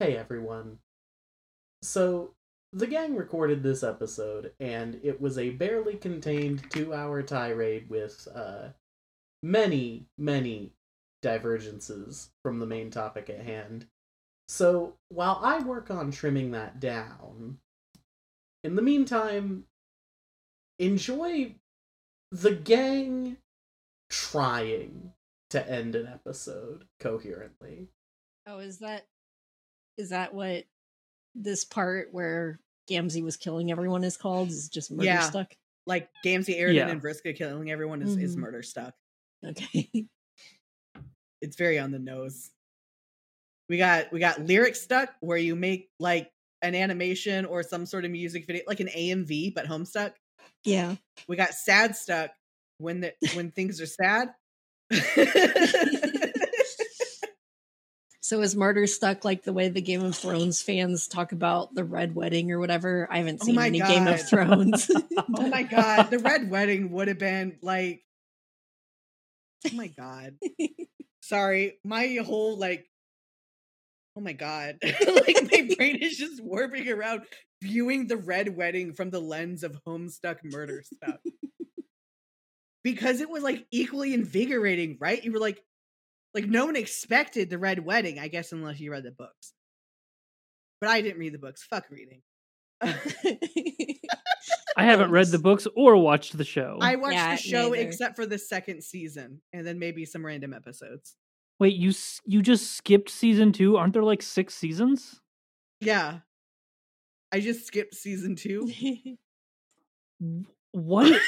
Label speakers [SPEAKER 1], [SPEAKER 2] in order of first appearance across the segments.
[SPEAKER 1] Hey everyone. So, the gang recorded this episode, and it was a barely contained two hour tirade with uh, many, many divergences from the main topic at hand. So, while I work on trimming that down, in the meantime, enjoy the gang trying to end an episode coherently.
[SPEAKER 2] Oh, is that is that what this part where Gamzee was killing everyone is called? Is just murder
[SPEAKER 3] Yeah.
[SPEAKER 2] stuck?
[SPEAKER 3] Like Gamzee, Aridin,
[SPEAKER 1] Yeah.
[SPEAKER 3] and Vriska killing everyone is, is
[SPEAKER 2] Mhm.
[SPEAKER 3] murder stuck.
[SPEAKER 2] Okay.
[SPEAKER 3] It's very on the nose. We got we got lyric stuck where you make like an animation or some sort of music video, like an AMV, but Homestuck.
[SPEAKER 2] yeah.
[SPEAKER 3] We got sad stuck when the when things are sad.
[SPEAKER 2] So is murder stuck like the way the Game of Thrones fans talk about the red wedding or whatever? I haven't
[SPEAKER 3] Oh
[SPEAKER 2] seen
[SPEAKER 3] my
[SPEAKER 2] any Game of
[SPEAKER 3] God.
[SPEAKER 2] Thrones.
[SPEAKER 3] oh my god, the red wedding would have been like Oh my god. Sorry, my whole like Oh my god. like my brain is just warping around viewing the red wedding from the lens of homestuck murder stuff. because it was like equally invigorating, right? You were like like no one expected the red wedding, I guess unless you read the books. But I didn't read the books. Fuck reading.
[SPEAKER 4] I haven't read the books or watched the show.
[SPEAKER 3] I watched
[SPEAKER 2] Yeah,
[SPEAKER 3] the show
[SPEAKER 2] neither.
[SPEAKER 3] except for the second season and then maybe some random episodes.
[SPEAKER 4] Wait, you s- you just skipped season two? Aren't there like six seasons?
[SPEAKER 3] Yeah. I just skipped season two.
[SPEAKER 4] What?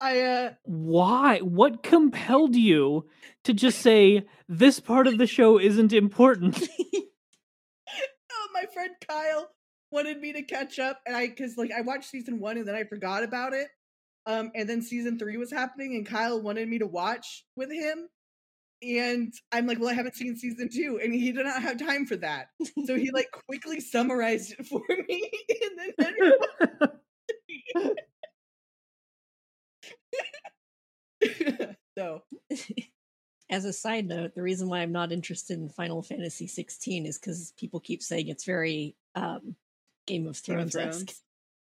[SPEAKER 3] I uh
[SPEAKER 4] Why? What compelled you to just say this part of the show isn't important?
[SPEAKER 3] oh, my friend Kyle wanted me to catch up and I cause like I watched season one and then I forgot about it. Um and then season three was happening and Kyle wanted me to watch with him. And I'm like, well, I haven't seen season two, and he did not have time for that. So he like quickly summarized it for me, and then Henry so
[SPEAKER 2] As a side note, the reason why I'm not interested in Final Fantasy 16 is because people keep saying it's very um, Game of
[SPEAKER 3] Game of
[SPEAKER 2] Thrones esque.
[SPEAKER 3] Thrones.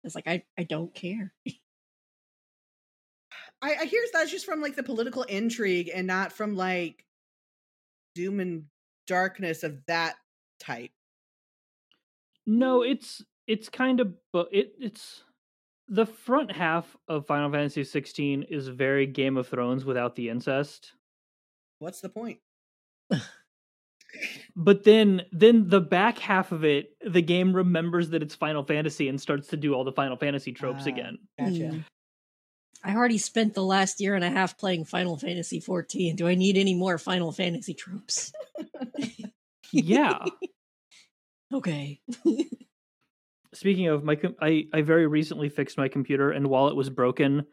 [SPEAKER 2] It's like I, I don't care.
[SPEAKER 3] I, I hear that's just from like the political intrigue and not from like doom and darkness of that type.
[SPEAKER 4] No, it's it's kind of bu- it it's the front half of Final Fantasy 16 is very Game of Thrones without the incest.
[SPEAKER 3] What's the point?
[SPEAKER 4] But then then the back half of it, the game remembers that it's Final Fantasy and starts to do all the Final Fantasy tropes
[SPEAKER 3] Ah.
[SPEAKER 4] again.
[SPEAKER 2] Mm. I already spent the last year and a half playing Final Fantasy 14. Do I need any more Final Fantasy tropes?
[SPEAKER 4] Yeah.
[SPEAKER 2] Okay.
[SPEAKER 4] Speaking of my com- I I very recently fixed my computer and while it was broken,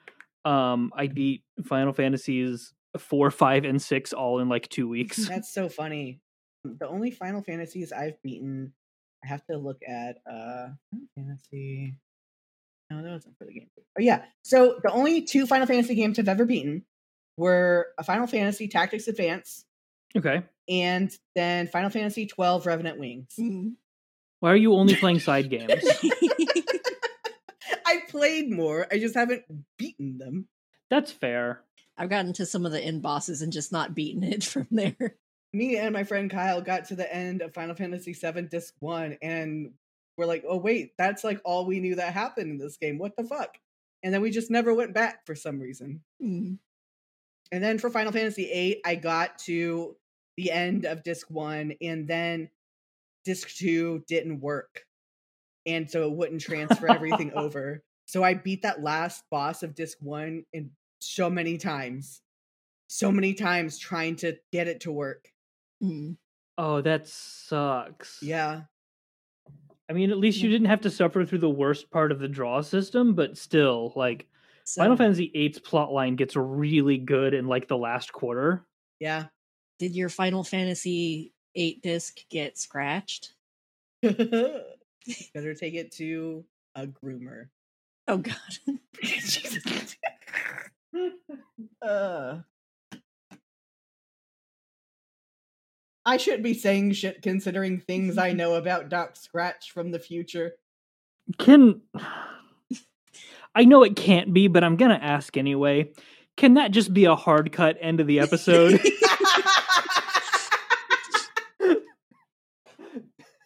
[SPEAKER 4] um I beat Final Fantasies 4, 5 and 6 all in like 2 weeks.
[SPEAKER 3] That's so funny. The only Final Fantasies I've beaten, I have to look at uh Final Fantasy. No, that wasn't for the game. Oh yeah. So the only two Final Fantasy games I've ever beaten were a Final Fantasy Tactics Advance
[SPEAKER 4] Okay.
[SPEAKER 3] and then Final Fantasy 12 Revenant Wings.
[SPEAKER 2] Mm.
[SPEAKER 4] Why are you only playing side games?
[SPEAKER 3] I played more. I just haven't beaten them.
[SPEAKER 4] That's fair.
[SPEAKER 2] I've gotten to some of the end bosses and just not beaten it from there.
[SPEAKER 3] Me and my friend Kyle got to the end of Final Fantasy VII Disc One, and we're like, "Oh wait, that's like all we knew that happened in this game. What the fuck?" And then we just never went back for some reason.
[SPEAKER 2] Mm.
[SPEAKER 3] And then for Final Fantasy VIII, I got to the end of Disc One, and then Disc Two didn't work, and so it wouldn't transfer everything over. So I beat that last boss of Disc One in so many times, so many times trying to get it to work.
[SPEAKER 2] Mm.
[SPEAKER 4] Oh, that sucks.
[SPEAKER 3] Yeah.
[SPEAKER 4] I mean, at least you didn't have to suffer through the worst part of the draw system, but still, like
[SPEAKER 2] So,
[SPEAKER 4] Final Fantasy VIII's plotline gets really good in like the last quarter.
[SPEAKER 3] Yeah.
[SPEAKER 2] did your Final Fantasy 8 disc get scratched?
[SPEAKER 3] Better take it to a groomer.
[SPEAKER 2] Oh, God.
[SPEAKER 3] Jesus. uh, I shouldn't be saying shit considering things I know about Doc Scratch from the future.
[SPEAKER 4] Can I know it can't be, but I'm gonna ask anyway. Can that just be a hard cut end of the episode?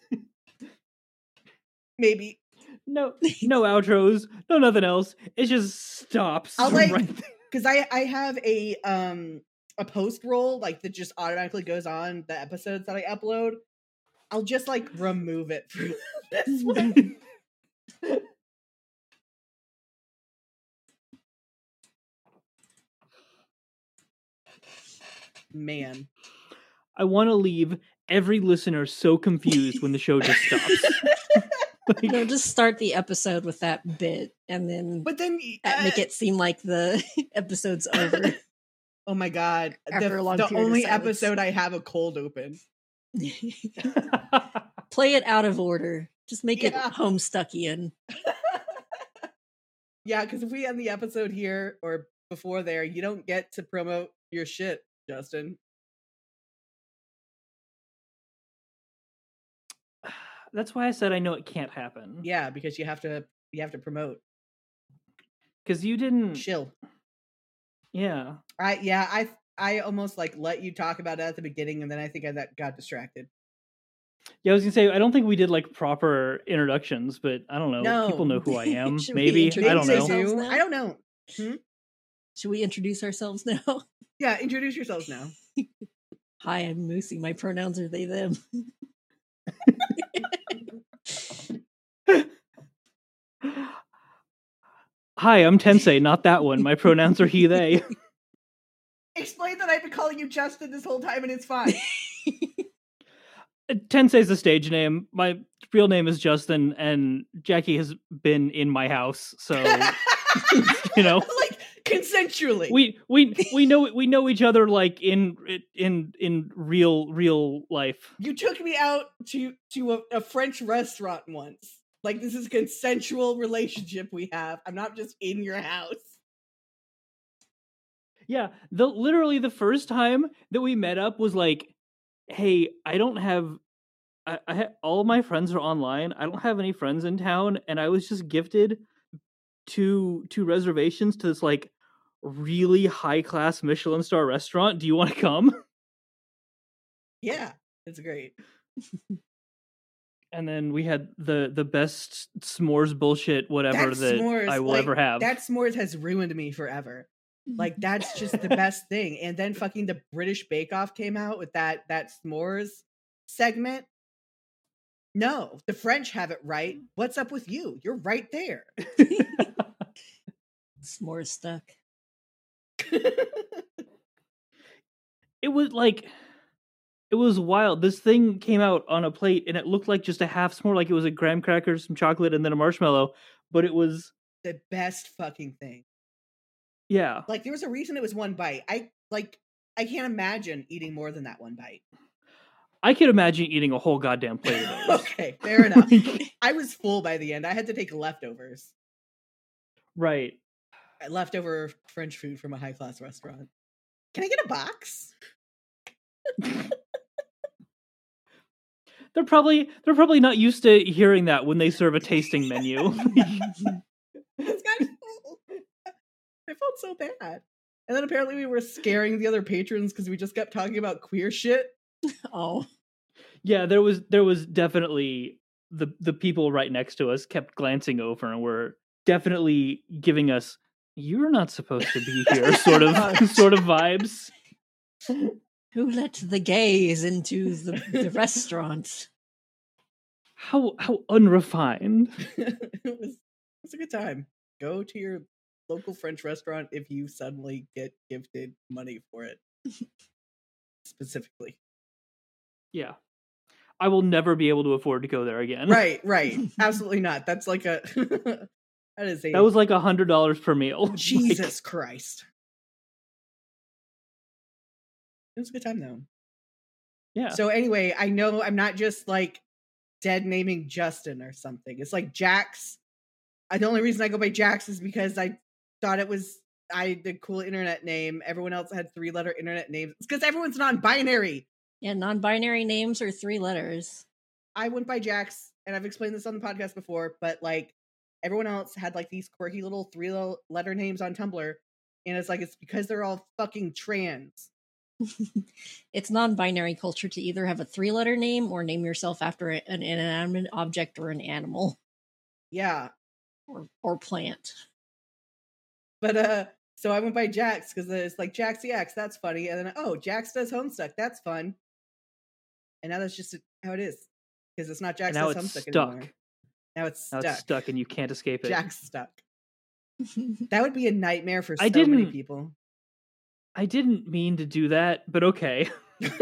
[SPEAKER 3] Maybe.
[SPEAKER 4] no, no outros, no nothing else. It just stops.
[SPEAKER 3] I'll, like,
[SPEAKER 4] right there.
[SPEAKER 3] Because I, I have a um a post roll like that just automatically goes on the episodes that I upload. I'll just like remove it for this one. Man.
[SPEAKER 4] I want to leave every listener so confused when the show just stops. Like,
[SPEAKER 2] No, just start the episode with that bit and then
[SPEAKER 3] But then y-
[SPEAKER 2] that- make
[SPEAKER 3] uh,
[SPEAKER 2] it seem like the episode's over.
[SPEAKER 3] Oh my god. The,
[SPEAKER 2] After a long
[SPEAKER 3] the
[SPEAKER 2] period of
[SPEAKER 3] only
[SPEAKER 2] silence.
[SPEAKER 3] episode I have a cold open.
[SPEAKER 2] Play it out of order. Just make
[SPEAKER 3] Yeah.
[SPEAKER 2] it Homestuckian.
[SPEAKER 3] Yeah, because if we end the episode here or before there, you don't get to promote your shit, Justin.
[SPEAKER 4] That's why I said I know it can't happen.
[SPEAKER 3] Yeah, because you have to you have to promote.
[SPEAKER 4] because you didn't.
[SPEAKER 3] Chill.
[SPEAKER 4] Yeah,
[SPEAKER 3] I yeah, I I almost like let you talk about it at the beginning and then I think I that got distracted.
[SPEAKER 4] yeah. I was gonna say I don't think we did like proper introductions, but I don't know. People
[SPEAKER 3] No.
[SPEAKER 4] know who I am.
[SPEAKER 2] Should we
[SPEAKER 4] Maybe
[SPEAKER 2] introduce
[SPEAKER 4] I don't
[SPEAKER 3] they
[SPEAKER 4] know.
[SPEAKER 2] ourselves?
[SPEAKER 3] do.
[SPEAKER 2] now?
[SPEAKER 3] I don't know.
[SPEAKER 2] Should we introduce ourselves now?
[SPEAKER 3] Yeah, introduce yourselves now.
[SPEAKER 2] Hi, I'm Moosey. My pronouns are they, them.
[SPEAKER 4] Hi, I'm Tensei, not that one. My pronouns are he, they.
[SPEAKER 3] Explain that I've been calling you Justin this whole time and it's fine.
[SPEAKER 4] Tensei's the stage name. My real name is Justin, and Jackie has been in my house, so Oh, you know
[SPEAKER 3] like consensually.
[SPEAKER 4] we we we know we know each other like in in in real real life.
[SPEAKER 3] you took me out to to a, a French restaurant once. Like this is consensual relationship we have. I'm not just in your house.
[SPEAKER 4] Yeah, the literally the first time that we met up was like, "Hey, I don't have, I, I ha- all my friends are online. I don't have any friends in town, and I was just gifted two two reservations to this like really high class Michelin star restaurant. Do you want to come?"
[SPEAKER 3] Yeah, it's great.
[SPEAKER 4] And then we had the the best s'mores bullshit whatever
[SPEAKER 3] That
[SPEAKER 4] that
[SPEAKER 3] s'mores,
[SPEAKER 4] I will
[SPEAKER 3] like,
[SPEAKER 4] ever have.
[SPEAKER 3] That s'mores has ruined me forever. Like that's just the best thing. And then fucking the British Bake Off came out with that that s'mores segment. No, the French have it
[SPEAKER 4] Mm.
[SPEAKER 3] right. What's up with you? You're right there. Mm-hmm.
[SPEAKER 2] S'more stuck.
[SPEAKER 4] it was like it was wild. This thing came out on a plate and it looked like just a half s'more, like it was a graham cracker, some chocolate, and then a marshmallow. But it was
[SPEAKER 3] the best fucking thing.
[SPEAKER 4] yeah.
[SPEAKER 3] Like there was a reason it was one bite. I like I can't imagine eating more than that one bite.
[SPEAKER 4] I could imagine eating a whole goddamn plate of those.
[SPEAKER 3] okay, fair enough.
[SPEAKER 4] Like,
[SPEAKER 3] I was full by the end. I had to take leftovers.
[SPEAKER 4] right.
[SPEAKER 3] Uh, Leftover French food from a high class restaurant. Can I get a box?
[SPEAKER 4] They're probably they're probably not used to hearing that when they serve a tasting menu.
[SPEAKER 3] It's kind of- I felt so bad. And then apparently we were scaring the other patrons because we just kept talking about queer shit.
[SPEAKER 2] Oh,
[SPEAKER 4] yeah, there was there was definitely the the people right next to us kept glancing over and were definitely giving us you're not supposed to be here sort of sort of vibes.
[SPEAKER 2] who let the gays into the, the restaurant?
[SPEAKER 4] How how unrefined.
[SPEAKER 3] it was it's a good time. Go to your local French restaurant if you suddenly get gifted money for it. Specifically.
[SPEAKER 4] Yeah. I will never be able to afford to go there again.
[SPEAKER 3] Right, right. Absolutely not. That's like a that is a
[SPEAKER 4] That was like a hundred dollars per meal. Like,
[SPEAKER 3] Jesus Christ. It was a good time though.
[SPEAKER 4] yeah.
[SPEAKER 3] So anyway, I know I'm not just like dead naming Justin or something. It's like Jax. I, the only reason I go by Jax is because I thought it was I the cool internet name. Everyone else had three letter internet names. It's because everyone's non binary.
[SPEAKER 2] Yeah, non-binary names are three letters.
[SPEAKER 3] I went by Jax, and I've explained this on the podcast before, but like everyone else had like these quirky little three little letter names on Tumblr, and it's like it's because they're all fucking trans.
[SPEAKER 2] it's non-binary culture to either have a three-letter name or name yourself after an inanimate object or an animal
[SPEAKER 3] Yeah,
[SPEAKER 2] or, or plant.
[SPEAKER 3] but uh, so I went by Jax because it's like Jaxie X. That's funny, and then oh, Jax does Homestuck. That's fun. And now that's just how it is because it's not Jax
[SPEAKER 4] and now
[SPEAKER 3] does
[SPEAKER 4] it's
[SPEAKER 3] Homestuck
[SPEAKER 4] stuck.
[SPEAKER 3] anymore. Now it's
[SPEAKER 4] Now
[SPEAKER 3] stuck.
[SPEAKER 4] it's stuck, and you can't escape it.
[SPEAKER 3] Jack's stuck. That would be a nightmare for so
[SPEAKER 4] I
[SPEAKER 3] many
[SPEAKER 4] didn't-
[SPEAKER 3] people.
[SPEAKER 4] I didn't mean to do that, but okay.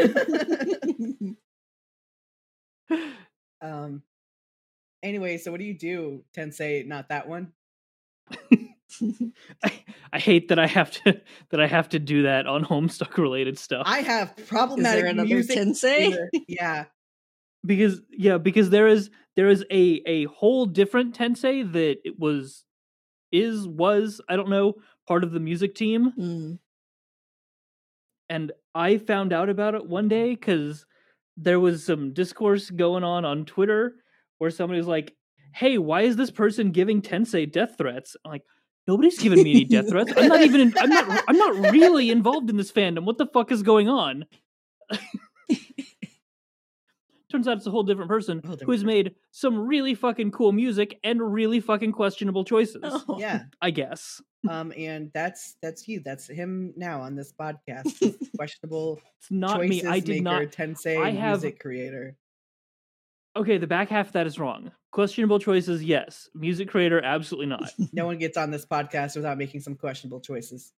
[SPEAKER 3] um. Anyway, so what do you do, Tensei? Not that one.
[SPEAKER 4] I, I hate that I have to that I have to do that on Homestuck related stuff.
[SPEAKER 3] I have
[SPEAKER 2] Is
[SPEAKER 3] problematic
[SPEAKER 2] there another
[SPEAKER 3] music.
[SPEAKER 2] tensei?
[SPEAKER 3] here. yeah,
[SPEAKER 4] because yeah, because there is there is a a whole different Tensei that it was is was I don't know part of the music team,
[SPEAKER 2] Hmm.
[SPEAKER 4] and I found out about it
[SPEAKER 3] Mm-hmm.
[SPEAKER 4] one day because there was some discourse going on on Twitter where somebody was like, "Hey, why is this person giving Tensei death threats?" I'm like. Nobody's giving me any death threats. I'm not even. In, I'm not. I'm not really involved in this fandom. What the fuck is going on? Turns out it's a whole different person
[SPEAKER 3] Whole different
[SPEAKER 4] who's
[SPEAKER 3] person.
[SPEAKER 4] made some really fucking cool music and really fucking questionable choices.
[SPEAKER 2] Oh.
[SPEAKER 3] yeah.
[SPEAKER 4] I guess.
[SPEAKER 3] Um, and that's that's you. That's him now on this podcast. this Questionable
[SPEAKER 4] It's not
[SPEAKER 3] choices
[SPEAKER 4] me. I did
[SPEAKER 3] maker,
[SPEAKER 4] not.
[SPEAKER 3] Tensei
[SPEAKER 4] I have-
[SPEAKER 3] music creator.
[SPEAKER 4] Okay, the back half of that is wrong. Questionable choices, yes. Music creator, absolutely not.
[SPEAKER 3] No one gets on this podcast without making some questionable choices.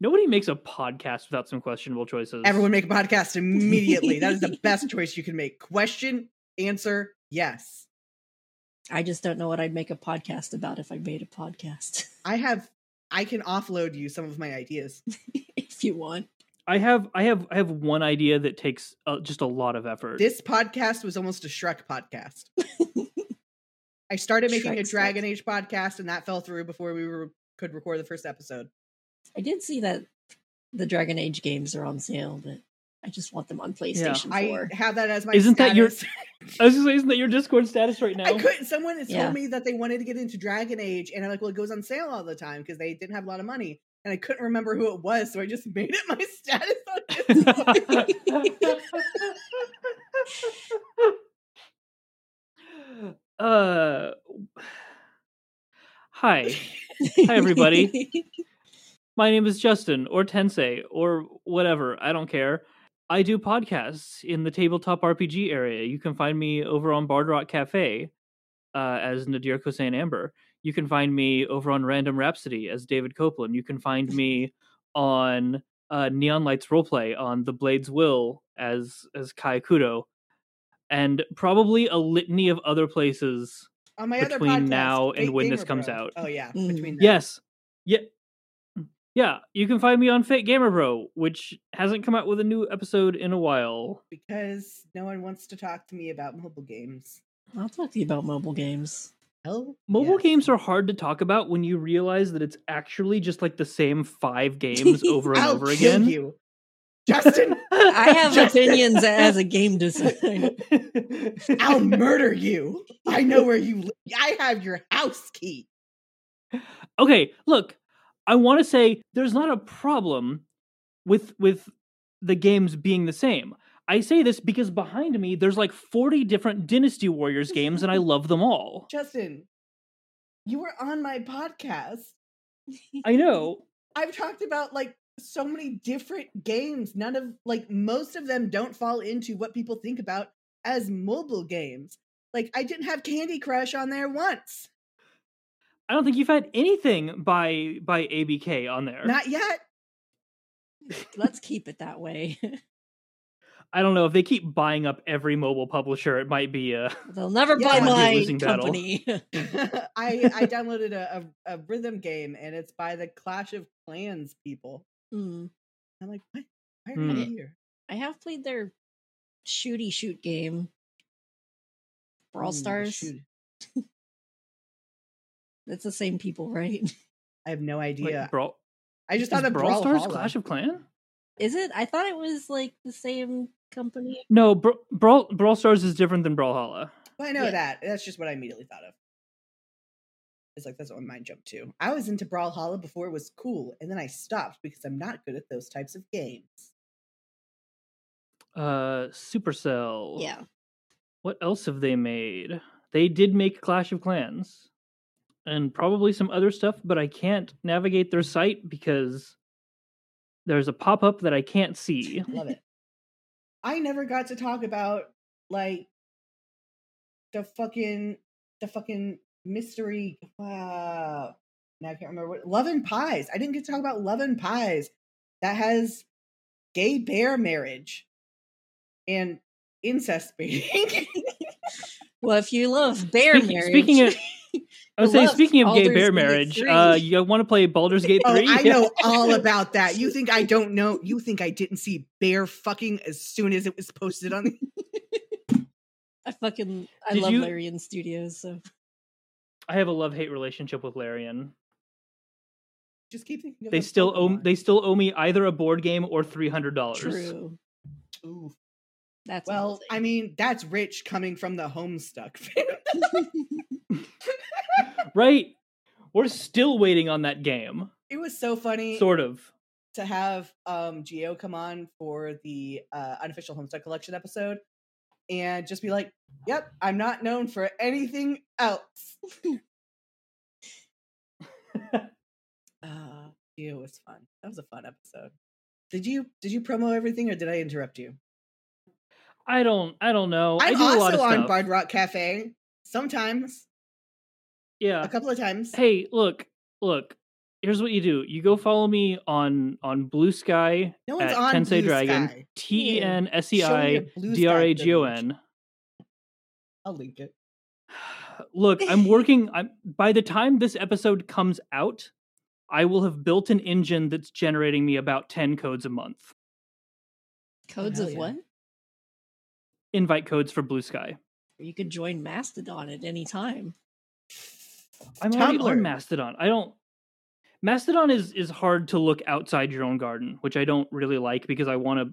[SPEAKER 4] Nobody makes a podcast without some questionable choices.
[SPEAKER 3] Everyone make a podcast immediately. that is the best choice you can make. Question, answer, yes.
[SPEAKER 2] I just don't know what I'd make a podcast about if I made a podcast.
[SPEAKER 3] I have I can offload you some of my ideas.
[SPEAKER 2] if you want.
[SPEAKER 4] I have, I have, I have one idea that takes uh, just a lot of effort.
[SPEAKER 3] This podcast was almost a Shrek podcast. I started making a
[SPEAKER 2] Shrek's
[SPEAKER 3] Dragon Age podcast and that fell through before we were, could record the first episode.
[SPEAKER 2] I did see that the Dragon Age games are on sale, but I just want them on PlayStation
[SPEAKER 3] I
[SPEAKER 2] 4.
[SPEAKER 3] have that as my
[SPEAKER 4] Isn't that your-
[SPEAKER 3] status.
[SPEAKER 4] I was just saying, isn't that your Discord status right now?
[SPEAKER 3] I couldn't someone has
[SPEAKER 2] Yeah.
[SPEAKER 3] told me that they wanted to get into Dragon Age and I'm like, well it goes on sale all the time because they didn't have a lot of money. And I couldn't remember who it was, so I just made it my status on
[SPEAKER 4] uh, hi, Hi, everybody. my name is Justin or Tensei or whatever. I don't care. I do podcasts in the tabletop RPG area. You can find me over on Bard Rock Cafe uh, as Nadir Kosain Amber. You can find me over on Random Rhapsody as David Copeland. You can find me on uh, Neon Lights Roleplay on The Blade's Will as as Kai Kudo, and probably a litany of other places.
[SPEAKER 3] on my other
[SPEAKER 4] between
[SPEAKER 3] podcast,
[SPEAKER 4] now and
[SPEAKER 3] Fake
[SPEAKER 4] when
[SPEAKER 3] Gamer
[SPEAKER 4] this comes
[SPEAKER 3] Bros.
[SPEAKER 4] out.
[SPEAKER 3] Oh yeah,
[SPEAKER 2] Mm.
[SPEAKER 3] between them.
[SPEAKER 4] Yes. Yeah. Mm. Yeah, you can find me on Fake Gamer Bro, which hasn't come out with a new episode in a while.
[SPEAKER 3] because no one wants to talk to me about mobile games.
[SPEAKER 2] I'll talk to you about mobile games.
[SPEAKER 3] Oh,
[SPEAKER 4] Mobile
[SPEAKER 3] yes.
[SPEAKER 4] games are hard to talk about when you realize that it's actually just like the same five games over and
[SPEAKER 3] I'll
[SPEAKER 4] over
[SPEAKER 3] kill
[SPEAKER 4] again.
[SPEAKER 3] you, Justin.
[SPEAKER 2] I have
[SPEAKER 3] Just-
[SPEAKER 2] opinions as a game designer.
[SPEAKER 3] I'll murder you. I know where you live. I have your house key.
[SPEAKER 4] okay, look, I want to say there's not a problem with with the games being the same. I say this because behind me there's like 40 different Dynasty Warriors games and I love them all.
[SPEAKER 3] Justin, you were on my podcast.
[SPEAKER 4] I know.
[SPEAKER 3] I've talked about like so many different games. None of like most of them don't fall into what people think about as mobile games. Like I didn't have Candy Crush on there once.
[SPEAKER 4] I don't think you've had anything by by ABK on there.
[SPEAKER 3] Not yet.
[SPEAKER 2] Let's keep it that way.
[SPEAKER 4] I don't know if they keep buying up every mobile publisher. It might be uh
[SPEAKER 2] They'll never buy
[SPEAKER 3] Yeah, might be a
[SPEAKER 2] my
[SPEAKER 4] losing battle.
[SPEAKER 2] company.
[SPEAKER 3] I I downloaded a, a, a rhythm game and it's by the Clash of Clans people.
[SPEAKER 2] Mm.
[SPEAKER 3] I'm like, what? Why are
[SPEAKER 4] Hmm.
[SPEAKER 3] you here?
[SPEAKER 2] I have played their shooty shoot game, Brawl
[SPEAKER 3] Hmm,
[SPEAKER 2] Stars.
[SPEAKER 3] shoot.
[SPEAKER 2] That's the same people, right?
[SPEAKER 3] I have no
[SPEAKER 4] like,
[SPEAKER 3] idea.
[SPEAKER 4] Brawl.
[SPEAKER 3] I just
[SPEAKER 4] is
[SPEAKER 3] thought of
[SPEAKER 4] Brawl
[SPEAKER 3] Brawl
[SPEAKER 4] Stars Clash of Clan.
[SPEAKER 2] Is it? I thought it was like the same company.
[SPEAKER 4] No, Bra- Brawl Brawl Stars is different than Brawlhalla.
[SPEAKER 3] Well, I know
[SPEAKER 2] Yeah.
[SPEAKER 3] that. That's just what I immediately thought of. It's like that's what my mind jumped to. I was into Brawlhalla before it was cool, and then I stopped because I'm not good at those types of games.
[SPEAKER 4] Uh, Supercell.
[SPEAKER 2] Yeah.
[SPEAKER 4] What else have they made? They did make Clash of Clans, and probably some other stuff, but I can't navigate their site because there's a pop up that I can't see.
[SPEAKER 3] Love it. I never got to talk about like the fucking the fucking mystery. Wow. Now I can't remember what Love and Pies. I didn't get to talk about Love and Pies. That has gay bear marriage and incest baiting.
[SPEAKER 2] Well, if you love bear
[SPEAKER 4] Speaking-
[SPEAKER 2] marriage,
[SPEAKER 4] speaking of- I would say,
[SPEAKER 2] Love
[SPEAKER 4] speaking of gay
[SPEAKER 2] Baldur's
[SPEAKER 4] bear
[SPEAKER 2] Gate
[SPEAKER 4] marriage,
[SPEAKER 2] 3.
[SPEAKER 4] uh, you want to play Baldur's Gate
[SPEAKER 3] Oh,
[SPEAKER 4] Three?
[SPEAKER 3] I
[SPEAKER 4] Yeah.
[SPEAKER 3] know all about that. You think I don't know? You think I didn't see bear fucking as soon as it was posted on the
[SPEAKER 2] I fucking I
[SPEAKER 4] Did
[SPEAKER 2] love
[SPEAKER 4] you-
[SPEAKER 2] Larian Studios. So
[SPEAKER 4] I have a love hate relationship with Larian.
[SPEAKER 3] Just keep thinking. Of
[SPEAKER 4] They
[SPEAKER 3] that
[SPEAKER 4] still owe
[SPEAKER 3] Pokemon.
[SPEAKER 4] they still owe me either a board game or three hundred dollars.
[SPEAKER 2] true.
[SPEAKER 3] Ooh.
[SPEAKER 2] That's
[SPEAKER 3] Well, I mean, that's rich coming from the Homestuck fan.
[SPEAKER 4] Right? We're still waiting on that game,
[SPEAKER 3] it was so funny
[SPEAKER 4] sort of.
[SPEAKER 3] to have um Geo come on for the uh, unofficial Homestuck collection episode and just be like, "Yep, I'm not known for anything else." uh, Geo was fun. That was a fun episode. Did you did you promo everything or did I interrupt you?
[SPEAKER 4] I don't I don't know. I
[SPEAKER 3] I'm
[SPEAKER 4] do a lot
[SPEAKER 3] also
[SPEAKER 4] of
[SPEAKER 3] on
[SPEAKER 4] stuff.
[SPEAKER 3] Bard Rock Cafe sometimes,
[SPEAKER 4] yeah.
[SPEAKER 3] a couple of times.
[SPEAKER 4] Uh, Hey, look, look. Here's what you do. You go follow me on on Blue Sky
[SPEAKER 3] No one's
[SPEAKER 4] at
[SPEAKER 3] on
[SPEAKER 4] uh, Tensei
[SPEAKER 3] Blue
[SPEAKER 4] Dragon.
[SPEAKER 3] Sky.
[SPEAKER 4] T E N S E
[SPEAKER 3] Show me your
[SPEAKER 4] I
[SPEAKER 3] Blue Sky
[SPEAKER 4] D R A G O N.
[SPEAKER 3] I'll link it.
[SPEAKER 4] Look, I'm working. I'm by the time this episode comes out, I will have built an engine that's generating me about ten codes a month.
[SPEAKER 2] codes
[SPEAKER 3] hell
[SPEAKER 2] of
[SPEAKER 3] yeah.
[SPEAKER 2] what?
[SPEAKER 4] Invite codes for Blue Sky.
[SPEAKER 2] You could join Mastodon at any time.
[SPEAKER 4] I'm already
[SPEAKER 3] Tumblr.
[SPEAKER 4] on Mastodon. I don't. Mastodon is is hard to look outside your own garden, which I don't really like because I want to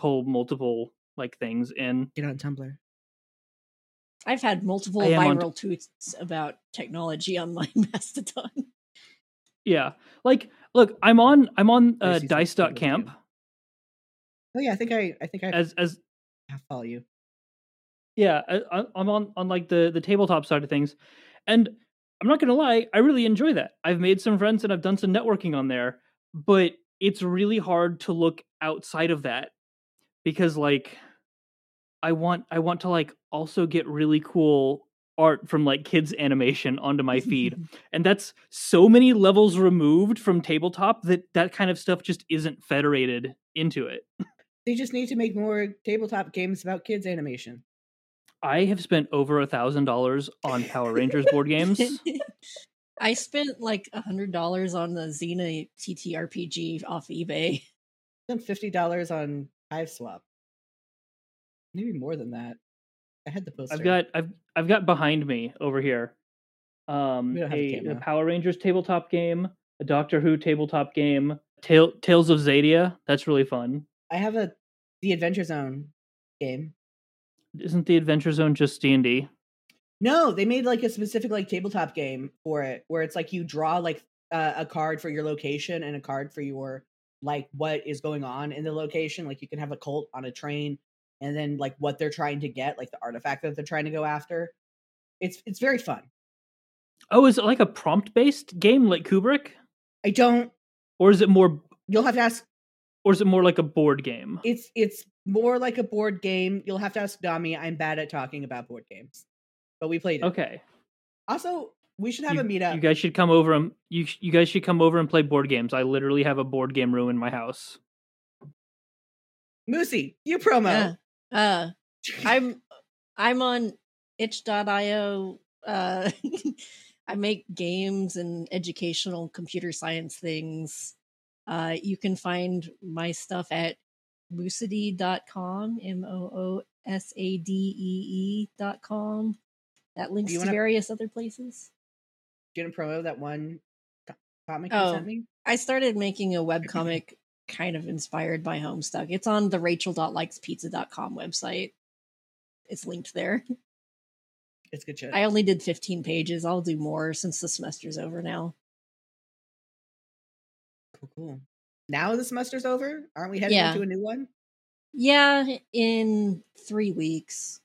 [SPEAKER 4] pull multiple like things in.
[SPEAKER 3] Get on Tumblr.
[SPEAKER 2] I've had multiple
[SPEAKER 4] I am on-
[SPEAKER 2] viral tweets about technology on my Mastodon.
[SPEAKER 4] Yeah, like look, I'm on I'm on
[SPEAKER 3] I
[SPEAKER 4] uh,
[SPEAKER 3] see some
[SPEAKER 4] Dice dot
[SPEAKER 3] people do.
[SPEAKER 4] Camp
[SPEAKER 3] Oh yeah, I think I I think I
[SPEAKER 4] as as
[SPEAKER 3] half follow you.
[SPEAKER 4] yeah I, I- i'm on on like the the tabletop side of things and i'm not gonna lie i really enjoy that i've made some friends and i've done some networking on there but it's really hard to look outside of that because like i want i want to like also get really cool art from like kids animation onto my feed and that's so many levels removed from tabletop that that kind of stuff just isn't federated into it
[SPEAKER 3] They just need to make more tabletop games about kids animation.
[SPEAKER 4] i have spent over a thousand dollars on power rangers board games
[SPEAKER 2] I spent like a hundred dollars on the Xena TTRPG off eBay.
[SPEAKER 3] Spent fifty dollars on Hive Swap. Maybe more than that. I had the poster.
[SPEAKER 4] I've got I've I've got behind me over here. Um
[SPEAKER 3] We don't have a
[SPEAKER 4] a, a
[SPEAKER 3] camera.
[SPEAKER 4] Power Rangers tabletop game, a Doctor Who tabletop game, Tale, Tales of Zadia. That's really fun.
[SPEAKER 3] I have a the Adventure Zone game.
[SPEAKER 4] Isn't the Adventure Zone just D and D?
[SPEAKER 3] No, they made like a specific like tabletop game for it, where it's like you draw like uh, a card for your location and a card for your like what is going on in the location. Like you can have a cult on a train, and then like what they're trying to get, like the artifact that they're trying to go after. It's it's very fun.
[SPEAKER 4] Oh, is it like a prompt based game like Kubrick,
[SPEAKER 3] I don't.
[SPEAKER 4] or is it more
[SPEAKER 3] You'll have to ask.
[SPEAKER 4] or is it more like a board game?
[SPEAKER 3] It's it's more like a board game. You'll have to ask Dami. I'm bad at talking about board games, but we played it.
[SPEAKER 4] Okay,
[SPEAKER 3] Also, we should have
[SPEAKER 4] you,
[SPEAKER 3] a meetup.
[SPEAKER 4] you guys should come over and you sh- you guys should come over and play board games. I literally have a board game room in my house.
[SPEAKER 3] Moosey, you promo.
[SPEAKER 2] Yeah. Uh, I'm I'm on itch.io. Uh, I make games and educational computer science things. Uh, you can find my stuff at moosady.com, M O O S A D E E.com. That links
[SPEAKER 3] you
[SPEAKER 2] to
[SPEAKER 3] wanna-
[SPEAKER 2] various other places.
[SPEAKER 3] gonna promo that one co- comic you
[SPEAKER 2] Oh.
[SPEAKER 3] sent me?
[SPEAKER 2] I started making a webcomic kind of inspired by Homestuck. It's on the rachel.likespizza.com website. It's linked there.
[SPEAKER 3] It's good shit.
[SPEAKER 2] I only did 15 pages. I'll do more since the semester's over now.
[SPEAKER 3] cool, cool. Now the semester's over. Aren't we heading
[SPEAKER 2] Yeah.
[SPEAKER 3] into a new one?
[SPEAKER 2] Yeah, in three weeks.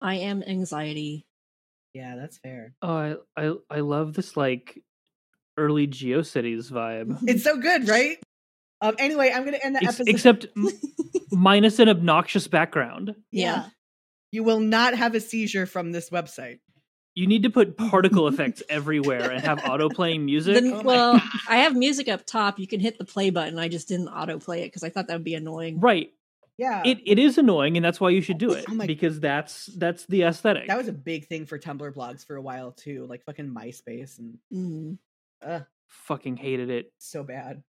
[SPEAKER 2] I am anxiety.
[SPEAKER 3] Yeah, that's fair.
[SPEAKER 4] Oh, I I, I love this like early GeoCities vibe.
[SPEAKER 3] It's so good, right? Um. Anyway, I'm gonna end the
[SPEAKER 4] Ex-
[SPEAKER 3] episode.
[SPEAKER 4] except m- minus an obnoxious background.
[SPEAKER 2] Yeah.
[SPEAKER 3] You will not have a seizure from this website.
[SPEAKER 4] You need to put particle effects everywhere and have auto playing music.
[SPEAKER 2] The-
[SPEAKER 3] Oh my
[SPEAKER 2] well,
[SPEAKER 3] God.
[SPEAKER 2] I have music up top. You can hit the play button. I just didn't autoplay it because I thought that would be annoying.
[SPEAKER 4] Right.
[SPEAKER 3] Yeah.
[SPEAKER 4] It it is annoying and that's why you should do it
[SPEAKER 3] Oh my-
[SPEAKER 4] because that's that's the aesthetic.
[SPEAKER 3] that was a big thing for Tumblr blogs for a while too, like fucking MySpace and
[SPEAKER 2] Mm.
[SPEAKER 4] fucking hated it.
[SPEAKER 3] so bad.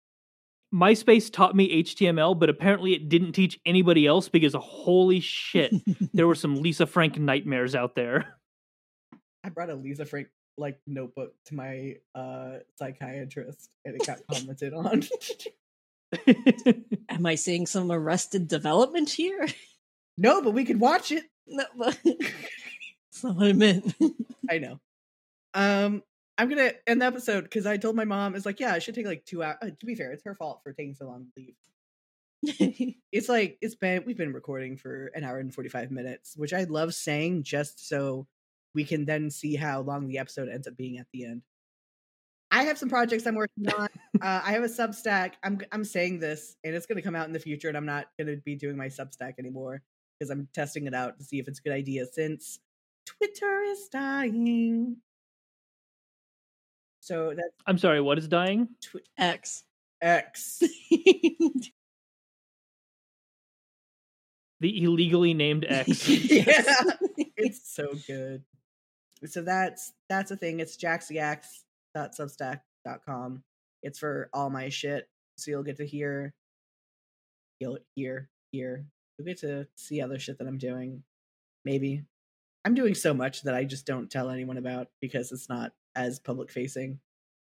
[SPEAKER 4] MySpace taught me HTML, but apparently it didn't teach anybody else because holy shit, there were some Lisa Frank nightmares out there.
[SPEAKER 3] I brought a Lisa Frank like notebook to my uh psychiatrist and it got commented on.
[SPEAKER 2] Am I seeing some arrested development here?
[SPEAKER 3] no, but we could watch it.
[SPEAKER 2] No, but- That's not what I meant.
[SPEAKER 3] I know. Um I'm gonna end the episode because I told my mom it's like, yeah, it should take like two hours. to be fair, it's her fault for taking so long to leave. It's like it's been we've been recording for an hour and forty five minutes, which I love saying just so we can then see how long the episode ends up being at the end. I have some projects I'm working on. uh, I have a Substack. I'm I'm saying this, and it's going to come out in the future, and I'm not going to be doing my Substack anymore because I'm testing it out to see if it's a good idea since Twitter is dying. So that's
[SPEAKER 4] I'm sorry, what is dying?
[SPEAKER 3] tw-
[SPEAKER 2] X.
[SPEAKER 3] X.
[SPEAKER 4] The illegally named X.
[SPEAKER 3] yeah. it's so good. So that's that's a thing. It's jaxiax.substack.com. It's for all my shit. So you'll get to hear you'll hear hear. You'll get to see other shit that I'm doing. Maybe. I'm doing so much that I just don't tell anyone about because it's not as public facing.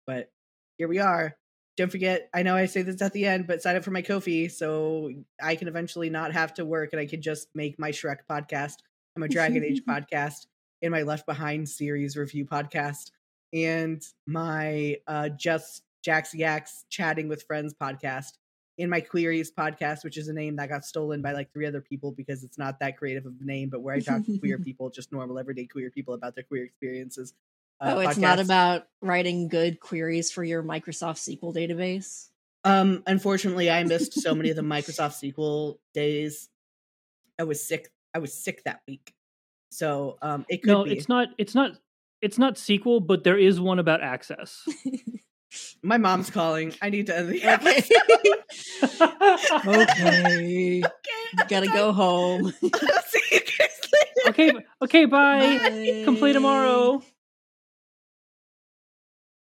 [SPEAKER 3] But here we are. Don't forget, I know I say this at the end, but sign up for my Kofi so I can eventually not have to work and I can just make my Shrek podcast and my Dragon Age podcast and my Left Behind series review podcast and my uh, Just Jax Yaks Chatting with Friends podcast in my Queries podcast, which is a name that got stolen by like three other people because it's not that creative of a name, but where I talk to queer people, just normal everyday queer people about their queer experiences. uh,
[SPEAKER 2] oh, it's not
[SPEAKER 3] podcast.
[SPEAKER 2] about writing good queries for your Microsoft SQL database.
[SPEAKER 3] Um, unfortunately, I missed so many of the Microsoft SQL days. I was sick. I was sick that week, so um, it could
[SPEAKER 4] no,
[SPEAKER 3] be.
[SPEAKER 4] it's not it's not it's not sequel, but there is one about access.
[SPEAKER 3] My mom's calling. I need to end the
[SPEAKER 2] Okay.
[SPEAKER 3] episode.
[SPEAKER 2] okay.
[SPEAKER 3] okay,
[SPEAKER 2] Gotta go home.
[SPEAKER 3] I'll see you guys later.
[SPEAKER 4] okay, okay, bye.
[SPEAKER 2] Bye.
[SPEAKER 4] Come play tomorrow.